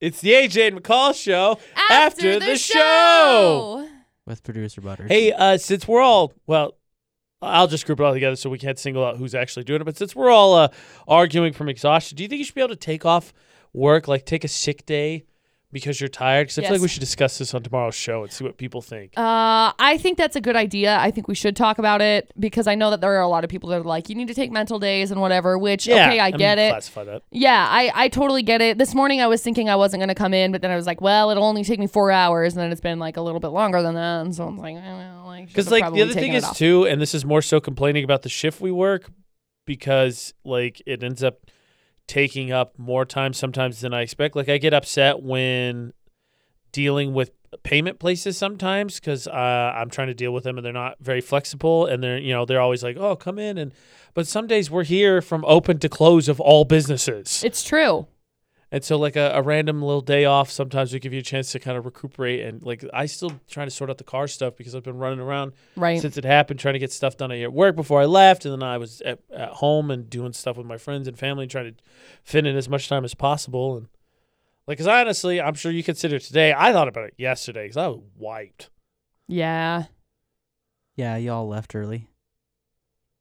It's the AJ and McCall show after, the, show. with producer Butters. Hey, uh, since we're all well, I'll just group it all together so we can't single out who's actually doing it. But since we're all uh, arguing from exhaustion, do you think you should be able to take off work, like take a sick day because you're tired? Because I feel Yes. like we should discuss this on tomorrow's show and see what people think. Uh, I think that's a good idea. I think we should talk about it because I know that there are a lot of people that are like, you need to take mental days and whatever. Which okay, I mean, get it. Classify that. Yeah, I, I totally get it. This morning I was thinking I wasn't going to come in, but then I was like, well, it'll only take me four hours. And then it's been like a little bit longer than that. And so I'm like, eh, well, like, Because should've like probably the other thing taken it is off. too, and this is more so complaining about the shift we work because like it ends up taking up more time sometimes than I expect. Like I get upset when dealing with payment places sometimes because uh, I'm trying to deal with them and they're not very flexible and they're you know they're always like oh come in and but some days we're here from open to close of all businesses It's true. and so like a, a random little day off sometimes we give you a chance to kind of recuperate and like I still trying to sort out the car stuff because I've been running around Right. since it happened, trying to get stuff done at work before I left, and then I was at, at home and doing stuff with my friends and family, trying to fit in as much time as possible. And like, because honestly, I'm sure you consider today. I thought about it yesterday because I was wiped. yeah. yeah, y'all left early.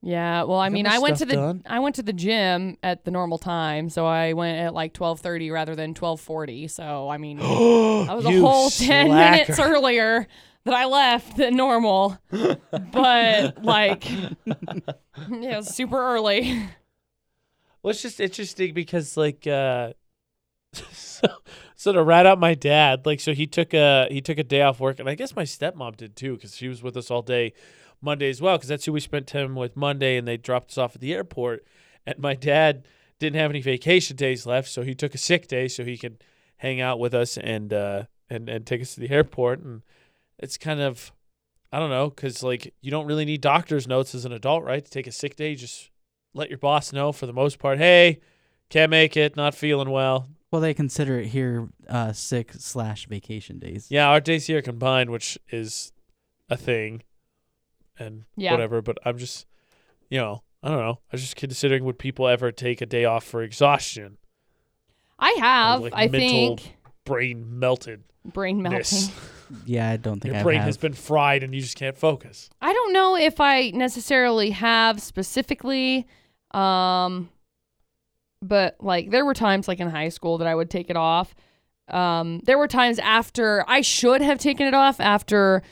Yeah. Well, I Got mean, my I went to stuff the done. I went to the gym at the normal time, so I went at like 12:30 rather than 12:40. So, I mean, I I was a whole 10 minutes earlier that I left than normal. but like yeah, it was super early. Well, it's just interesting because like uh so so to rat out my dad, like so he took a he took a day off work, and I guess my stepmom did too because she was with us all day Monday as well because that's who we spent time with Monday, and they dropped us off at the airport, and my dad didn't have any vacation days left, so he took a sick day so he could hang out with us and uh and and take us to the airport, and it's kind of I don't know because like you don't really need doctor's notes as an adult, right? To take a sick day, you just let your boss know for the most part, hey, can't make it, not feeling well. Well, they consider it here uh, sick slash vacation days. Yeah, our days here combined, which is a thing and Yeah. whatever, but I'm just, you know, I don't know. I was just considering would people ever take a day off for exhaustion, I have, Like I mental think, brain melted. brain melting. Yeah, I don't think Your I brain have. has been fried and you just can't focus. I don't know if I necessarily have specifically, um, but like there were times like in high school that I would take it off. Um, there were times after I should have taken it off after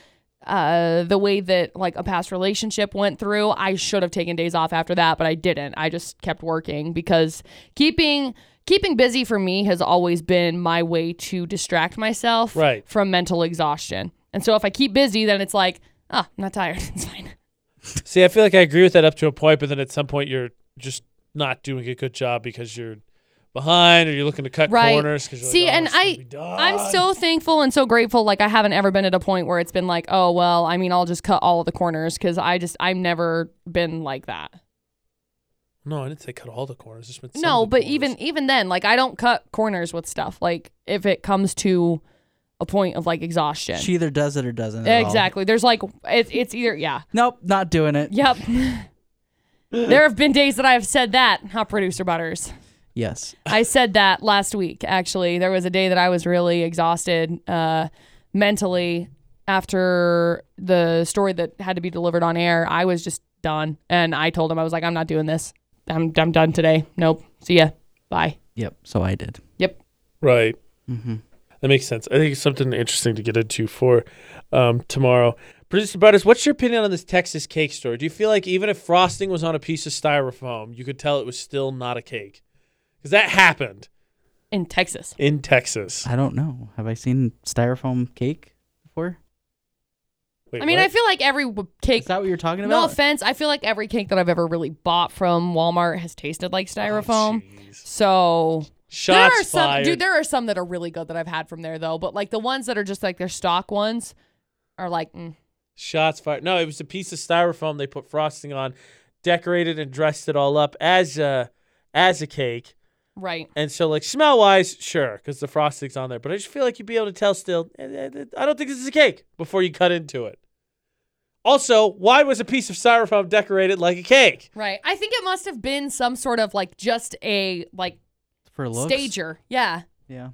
uh, the way that like a past relationship went through. I should have taken days off after that, but I didn't. I just kept working because keeping keeping busy for me has always been my way to distract myself Right. from mental exhaustion. And so if I keep busy, then it's like, ah, I'm not tired. It's fine. See, I feel like I agree with that up to a point, but then at some point you're just not doing a good job because you're behind or you're looking to cut Right. corners. 'cause you're See, like, "Oh, and it's gonna I- be I'm done." so thankful and so grateful. Like I haven't ever been at a point where it's been like, oh well, I mean, I'll just cut all of the corners because I just I've never been like that. No, I didn't say cut all the corners. Just meant some no, of the but corners. even even then, like I don't cut corners with stuff. Like if it comes to a point of like exhaustion. She either does it or doesn't. at all. exactly. There's like it, it's either yeah. Nope, not doing it. Yep. there have been days that I have said that, not producer butters. Yes. I said that last week, actually. There was a day that I was really exhausted uh, mentally after the story that had to be delivered on air. I was just done. And I told him, I was like, I'm not doing this. I'm, I'm done today. Nope. See ya. Bye. Yep. So I did. Yep. right. Mm-hmm. That makes sense. I think it's something interesting to get into for um, tomorrow. Producer Butters, what's your opinion on this Texas cake story? Do you feel like even if frosting was on a piece of styrofoam, you could tell it was still not a cake? Because that happened In Texas. in Texas. I don't know. Have I seen styrofoam cake before? Wait, I mean, what? I feel like every w- Is cake, that what you're talking no about? offense, I feel like every cake that I've ever really bought from Walmart has tasted like styrofoam. Oh, jeez. so Shots there are some, fired. dude. There are some that are really good that I've had from there though, but like the ones that are just like their stock ones are like, mm. Shots fired. No, it was a piece of styrofoam they put frosting on, decorated and dressed it all up as a as a cake. right? And so, like, smell wise, sure, because the frosting's on there. But I just feel like you'd be able to tell still, eh, eh, eh, I don't think this is a cake before you cut into it. Also, why was a piece of styrofoam decorated like a cake? Right. I think it must have been some sort of like just a like For looks. stager. Yeah. Yeah.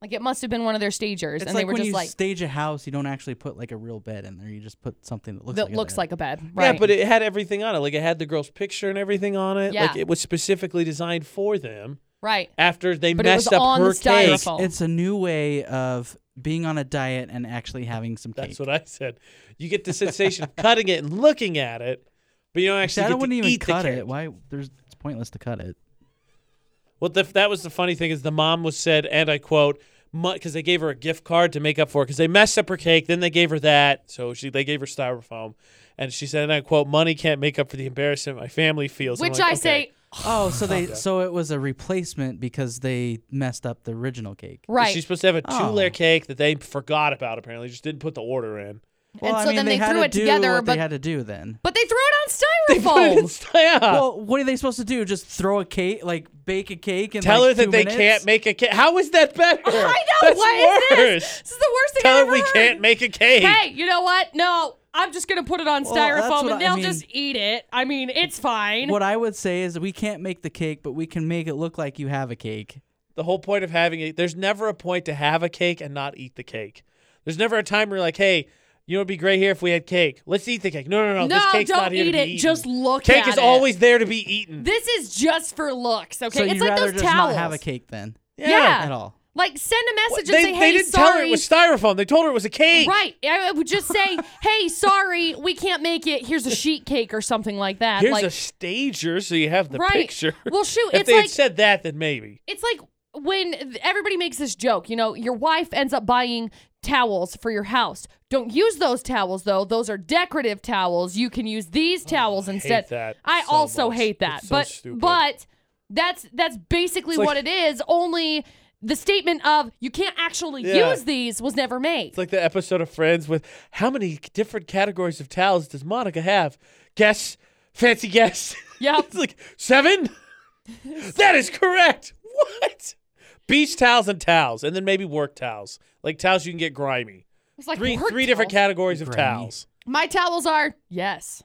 Like it must have been one of their stagers, It's and like they were when just you like stage a house, you don't actually put like a real bed in there. You just put something that looks that like looks a bed. like a bed, right? Yeah, but it had everything on it. Like it had the girl's picture and everything on it. Like Yeah. it was specifically designed for them right. after they But it was messed up on her the styrofoam. cake. Styrofoam. It's a new way of being on a diet and actually having some cake. That's what I said. You get the sensation of cutting it and looking at it, but you don't See, actually I get wouldn't to even eat the cut cake. it. Why? There's it's pointless to cut it. Well, the, that was the funny thing is the mom was said, and I quote, because they gave her a gift card to make up for it because they messed up her cake. Then they gave her that, so she they gave her styrofoam, and she said, and I quote, money can't make up for the embarrassment my family feels. I'm Which like, I okay. say, Oh, so they so it was a replacement because they messed up the original cake. right. She's supposed to have a Oh. two-layer cake that they forgot about. Apparently, just didn't put the order in. Well, and I so mean, then they, they, had threw to it do together, what but they had to do then. but they threw They it put it in on styrofoam. styrofoam. Well, what are they supposed to do? Just throw a cake, like bake a cake, and Tell like, her that two they minutes? can't make a cake. How is that better? I know. That's what is worse. this? This is the worst thing I've Tell her ever we heard. can't make a cake. Hey, you know what? No, I'm just gonna put it on Well, that's styrofoam, what and I they'll mean. just eat it. I mean, it's fine. What I would say is we can't make the cake, but we can make it look like you have a cake. The whole point of having it, there's never a point to have a cake and not eat the cake. There's never a time where you're like, hey, you know, it'd be great here if we had cake. Let's eat the cake. No, no, no. no, Oh, this cake's don't not here to eat be it. eaten. Just look cake at is it. always there to be eaten. This is just for looks, okay? so it's you'd like rather those just towels. not have a cake then Yeah. at all. Like send a What- message They, and say, they "Hey, didn't sorry." tell her it was styrofoam. They told her it was a cake. Right. I would just say, "Hey, sorry, we can't make it. Here's a sheet cake or something like that." Here's like a stager so you have the right. picture. Well, shoot, if it's they like had said that, then maybe. it's like when th- everybody makes this joke, you know, your wife ends up buying towels for your house. Don't use those towels though. Those are decorative towels. You can use these towels instead. Oh, that I so also much. hate that. It's so but stupid. but that's that's basically It's like- what it is. Only the statement of you can't actually Yeah. use these was never made. It's like the episode of Friends with how many different categories of towels does Monica have? Guess, fancy guess. Yep. it's like seven. that is correct. What? Beach towels and towels, and then maybe work towels, like towels you can get grimy. It's like three work three different towels. categories of Grimy. towels. My towels are yes.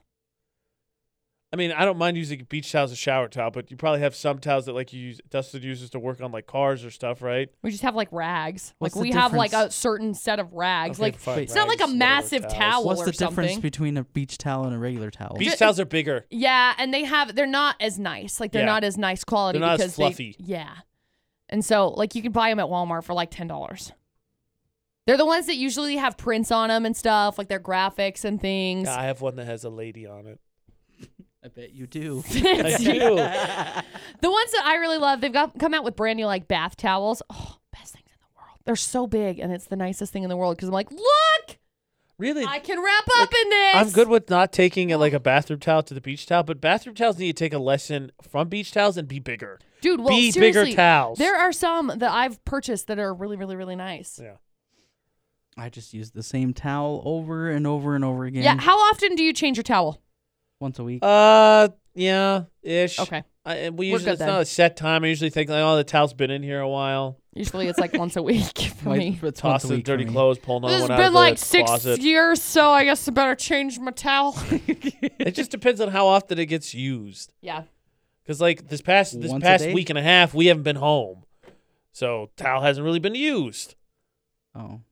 I mean, I don't mind using a beach towel as a shower towel, but you probably have some towels that like you use Dustin uses to work on like cars or stuff, right? We just have like rags. What's like the we have like a difference? certain set of rags. Okay, like fine, it's not like rags, a whatever, massive towel. What's or the difference something. between a beach towel and a regular towel? Beach Ju- towels are bigger. yeah, and they have they're not as nice. Like they're Yeah. not as nice quality They're not as because they- fluffy. yeah. And so like you can buy them at Walmart for like ten dollars. They're the ones that usually have prints on them and stuff, like their graphics and things. I have one that has a lady on it. I bet you do. I do. The ones that I really love, they've got come out with brand new like bath towels. Oh, best things in the world. They're so big, and it's the nicest thing in the world because I'm like, look, Really, I can wrap up in this. I'm good with not taking it like a bathroom towel to the beach towel, but bathroom towels need to take a lesson from beach towels and be bigger. dude. Well, be seriously, bigger towels. There are some that I've purchased that are really, really, really nice. yeah. I just use the same towel over and over and over again. Yeah. How often do you change your towel? once a week. Uh, yeah, ish. Okay. I, and we We're usually good it's then. not a set time. I usually think like, oh, the towel's been in here a while. Usually it's like once a week for My- me. it's once a Toss the week for dirty me. clothes, pull another This has one out been of like the six closet. years, so I guess I better change my towel. it just depends on how often it gets used. yeah. Cause like this past this Once a past day? week and a half, we haven't been home, so towel hasn't really been used. Oh.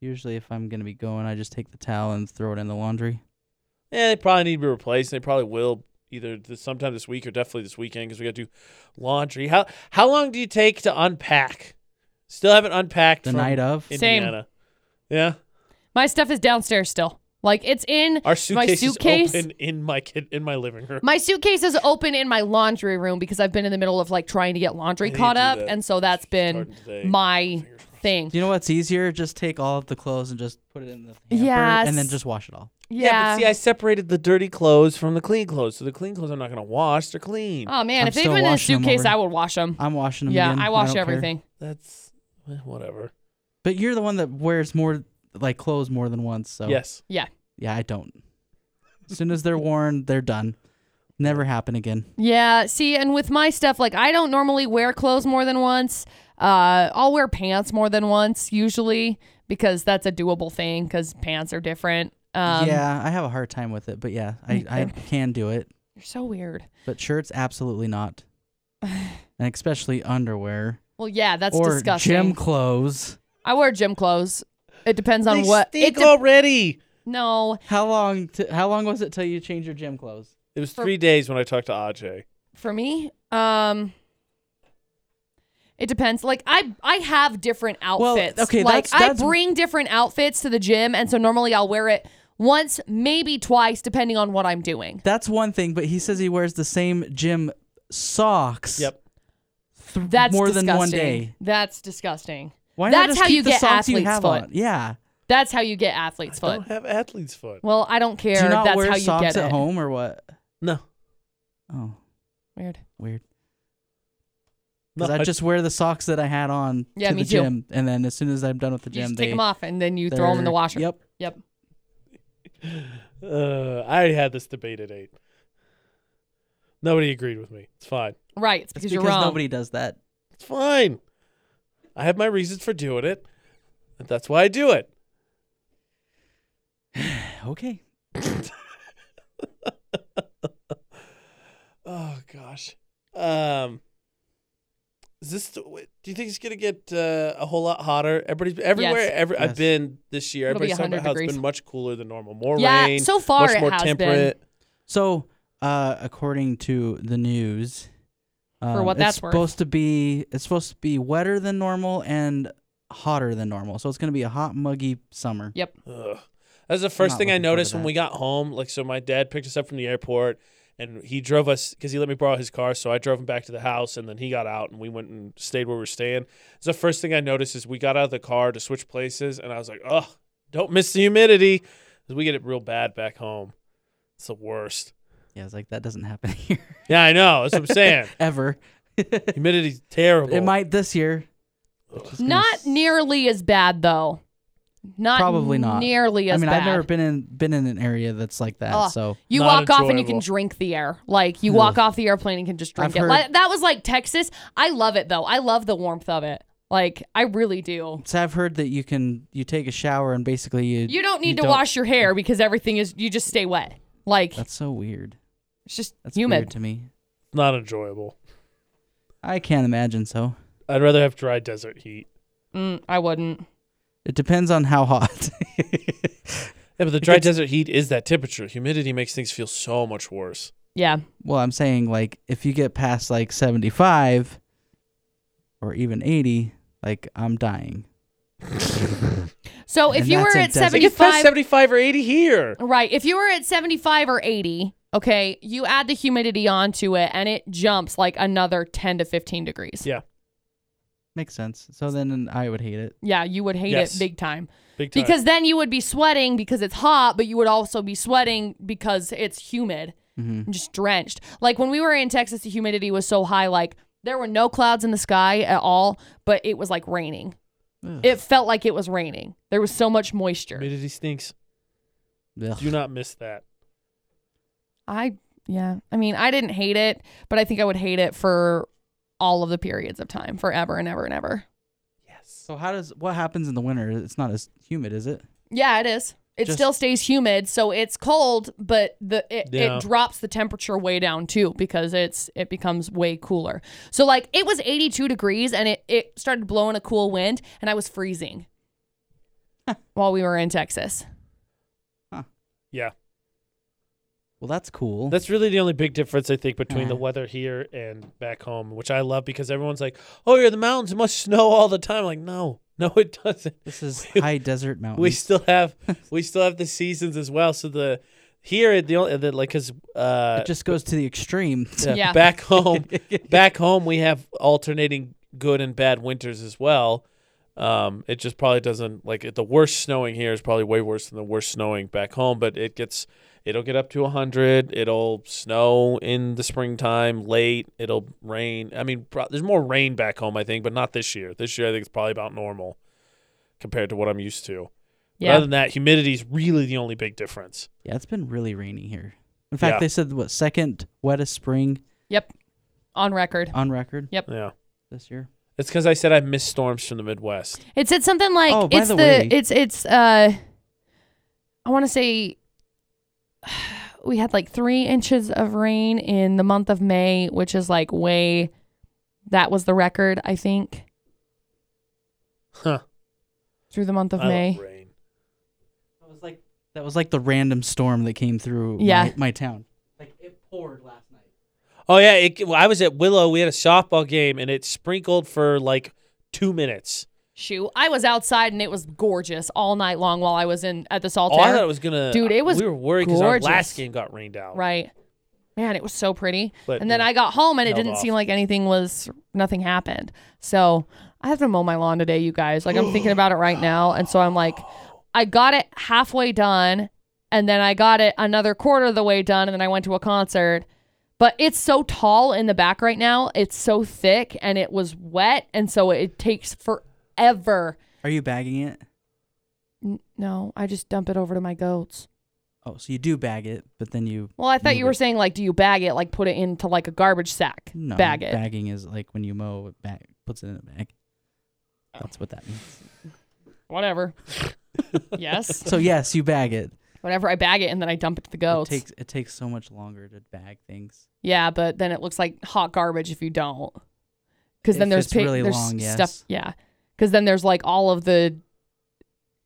Usually, if I'm gonna be going, I just take the towel and throw it in the laundry. Yeah, Eh, they probably need to be replaced. and They probably will either th- sometime this week or definitely this weekend because we got to do laundry. How how long do you take to unpack? Still haven't unpacked The from night of. Same. Indiana. Yeah, My stuff is downstairs still. Like it's in our suitcase, suitcase? is open in my kid in my living room. My suitcase is open in my laundry room because I've been in the middle of like trying to get laundry I need caught to do up, that. and so that's been Starting today. my Fingers crossed. thing. Do you know what's easier? Just take all of the clothes and just put it in the hamper, and then Yes. just wash it all. Yeah. but see, I separated the dirty clothes from the clean clothes, so the clean clothes I'm not gonna wash. They're clean. oh man, I'm if they'd still been in a washing 'em suitcase, over. I would wash them. I'm washing them. yeah, again. I wash don't care. everything. That's eh, whatever. But you're the one that wears more like clothes more than once. So Yes. yeah, I don't. As soon as they're worn, they're done. Never happen again. Yeah, see, and with my stuff, like I don't normally wear clothes more than once. Uh, I'll wear pants more than once usually because that's a doable thing because pants are different. Um, yeah, I have a hard time with it, but yeah, I, I can do it. you're so weird. But shirts, absolutely not. and especially underwear. Well, yeah, that's or disgusting. gym clothes. I wear gym clothes. It depends on what. It Stink de- already. no, How long? T- how long was it till you change your gym clothes? It was For- three days when I talked to Aj. for me, um, it depends. Like I, I have different Well, outfits. okay, like that's- that's- I bring different outfits to the gym, and so normally I'll wear it once, maybe twice, depending on what I'm doing. That's one thing, but he says he wears the same gym socks. Yep. th- That's more than one disgusting. day. That's disgusting. Why That's not just how keep you the get socks you athlete's have foot. on? Yeah. That's how you get athlete's foot. Don't have athlete's foot. Well, I don't care. Do you not That's wear how you socks get at it. home or what? No, Oh, Weird. weird. no. Because I just wear the socks that I had on Yeah, to me the too. gym, and then as soon as I'm done with the You gym, just they take them off and then you throw them in the they're- washer. Yep. Yep. uh, I had this debate at eight. Nobody agreed with me. It's fine. Right. It's It's because, you're wrong. nobody does that. It's fine. I have my reasons for doing it. and that's why I do it. Okay. Oh gosh. Um. Is this? the- wait, Do you think it's gonna get uh, a whole lot hotter? Everybody's everywhere. Yes. Every I've Yes. been this year. It'll be Everybody's talking about 100 how it's degrees. been much cooler than normal. More yeah. rain. so far much it more has temperate. So, uh, according to the news, um, what it's that's worth. supposed to be, it's supposed to be wetter than normal and hotter than normal. So it's going to be a hot, muggy summer. Yeah. Ugh. That was the first not thing I looking forward to noticed when that. we got home. Like, so my dad picked us up from the airport, and he drove us because he let me borrow his car. So I drove him back to the house, and then he got out, and we went and stayed where we were staying. It's the first thing I noticed is we got out of the car to switch places, and I was like, "Oh, don't miss the humidity," 'cause we get it real bad back home. It's the worst. Yeah, it's like that doesn't happen here Yeah, I know. That's what I'm saying. ever. it Humidity's terrible. might this year. been not nearly as bad though. Not Probably not. nearly I as mean, bad. I've never been in been in an area that's like that. Ugh. so you Not walk off and you can enjoyable. drink the air. Like you walk off the airplane and can just drink I've it. heard- Like, that was like Texas. I love it though. I love the warmth of it. Like I really do. so I've heard that you can you take a shower and basically you You don't need to don't- wash your hair because everything is you just stay wet. Like That's so weird. it's just That's humid. weird to me. not enjoyable. I can't imagine so. I'd rather have dry desert heat. Mm, I wouldn't. It depends on how hot. Yeah, but the dry desert heat is that temperature. Humidity makes things feel so much worse. Yeah. well, I'm saying like if you get past like 75 or even 80, like I'm dying. So if And you that's were a at desert. They get past 75 75 or 80 here. Right. If you were at 75 or 80, okay, you add the humidity onto it and it jumps like another 10 to 15 degrees. Yeah. Makes sense. So then I would hate it. Yeah, you would hate Yes. it big time. Big time. Because then you would be sweating because it's hot, but you would also be sweating because it's humid, Mhm. and just drenched. Like when we were in Texas, the humidity was so high, like there were no clouds in the sky at all, but it was like raining. Ugh. It felt like it was raining. There was so much moisture. humidity stinks. Ugh. Do not miss that. I, yeah, I mean, I didn't hate it, but I think I would hate it for all of the periods of time, forever and ever and ever. Yes. So how does what happens in the winter? It's not as humid, is it? Yeah, it is. It Just- still stays humid, so it's cold, but the it, Yeah. it drops the temperature way down too because it's it becomes way cooler. So like it was 82 degrees and it it started blowing a cool wind and I was freezing while we were in Texas. Yeah. Well, that's cool. That's really the only big difference, I think, between the Uh-huh. weather here and back home, which I love because everyone's like, oh, you're in the mountains. It must snow all the time. like, no, no, it doesn't. this is high desert mountains. We still have we still have the seasons as well. So the here the only the, like because uh it just goes to the extreme. Yeah. back home back home we have alternating good and bad winters as well. Um, it just probably doesn't like it, the worst snowing here is probably way worse than the worst snowing back home, but it gets it'll get up to 100. It'll snow in the springtime late. It'll rain. I mean, pro- there's more rain back home, I think, but not this year. This year I think it's probably about normal compared to what I'm used to. But Yeah. Other than that, humidity is really the only big difference. Yeah, it's been really rainy here. In fact, Yeah. they said what second wettest spring Yep. On record. on record Yeah. this year. It's because I said I miss storms from the Midwest. It said something like Oh, by it's the, the way- it's it's uh I want to say we had like 3 inches of rain in the month of May, which is like way That was the record, I think, Huh. through the month of I love May. rain. That was like that was like the random storm that came through Yeah. my, my town. Like it poured last night. Oh yeah, it, well, I was at Willow. We had a softball game, and it sprinkled for like two minutes. Shoot, I was outside and it was gorgeous all night long while I was in at the salt Oh, I Air. thought it was gonna. Dude, it was We were worried because our gorgeous. last game got rained out. right. Man, it was so pretty. But, and then yeah, I got home and it held didn't off. seem like anything was nothing happened. So I have to mow my lawn today, you guys. Like I'm thinking about it right now. And so I'm like, I got it halfway done and then I got it another quarter of the way done and then I went to a concert. But it's so tall in the back right now. It's so thick and it was wet and so it takes forever. Are you bagging it? N- No, I just dump it over to my goats. Oh, so you do bag it, but then you Well, I thought Move you were it. saying like, do you bag it? Like put it into like a garbage sack. no, bag it. Bagging is like when you mow it bag puts it in a bag. Oh. That's what that means. Whatever. yes. So yes, you bag it. Whatever, I bag it and then I dump it to the goats. It takes it takes so much longer to bag things. yeah, but then it looks like hot garbage if you don't. Because then If there's it's pic- really there's long, stuff. yes. Yeah, because then there's like all of the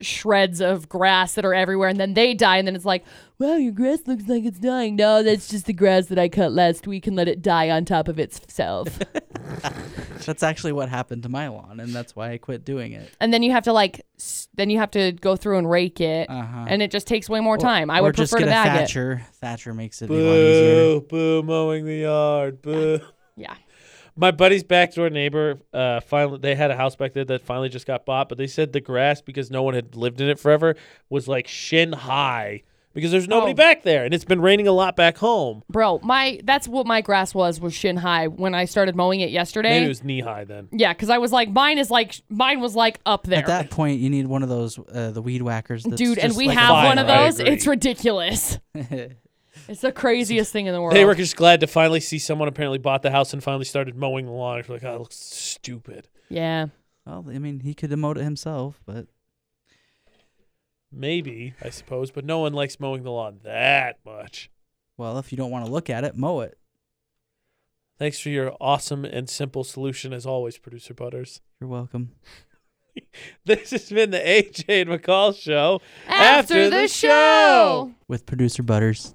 shreds of grass that are everywhere, and then they die, and then it's like, wow, your grass looks like it's dying. No, that's just the grass that I cut last week and let it die on top of itself. That's actually what happened to my lawn, and that's why I quit doing it. and then you have to like, s- then you have to go through and rake it, Uh huh. and it just takes way more time. I or would just prefer to get a bag it. Thatcher. Thatcher makes it a lot Boo! easier. Boo! Mowing the yard. Boo. Yeah. My buddy's backdoor neighbor, uh, finally they had a house back there that finally just got bought, but they said the grass because no one had lived in it forever was like shin high because there's nobody Oh. back there, and it's been raining a lot back home. Bro, my that's what my grass was was shin high when I started mowing it yesterday. Maybe it was knee high then. yeah, because I was like, mine is like mine was like up there, At that point, you need one of those uh, the weed whackers. That's dude. And just we like have fine, one of I those. agree. It's ridiculous. It's the craziest thing in the world. They were just glad to finally see someone apparently bought the house and finally started mowing the lawn. It's like, oh, it looks stupid. yeah, well, I mean, he could demote it himself, but Maybe, I suppose, but no one likes mowing the lawn that much. well, if you don't want to look at it, mow it. Thanks for your awesome and simple solution, as always, producer Butters. You're welcome. This has been the AJ and McCall show. After the show. With producer Butters.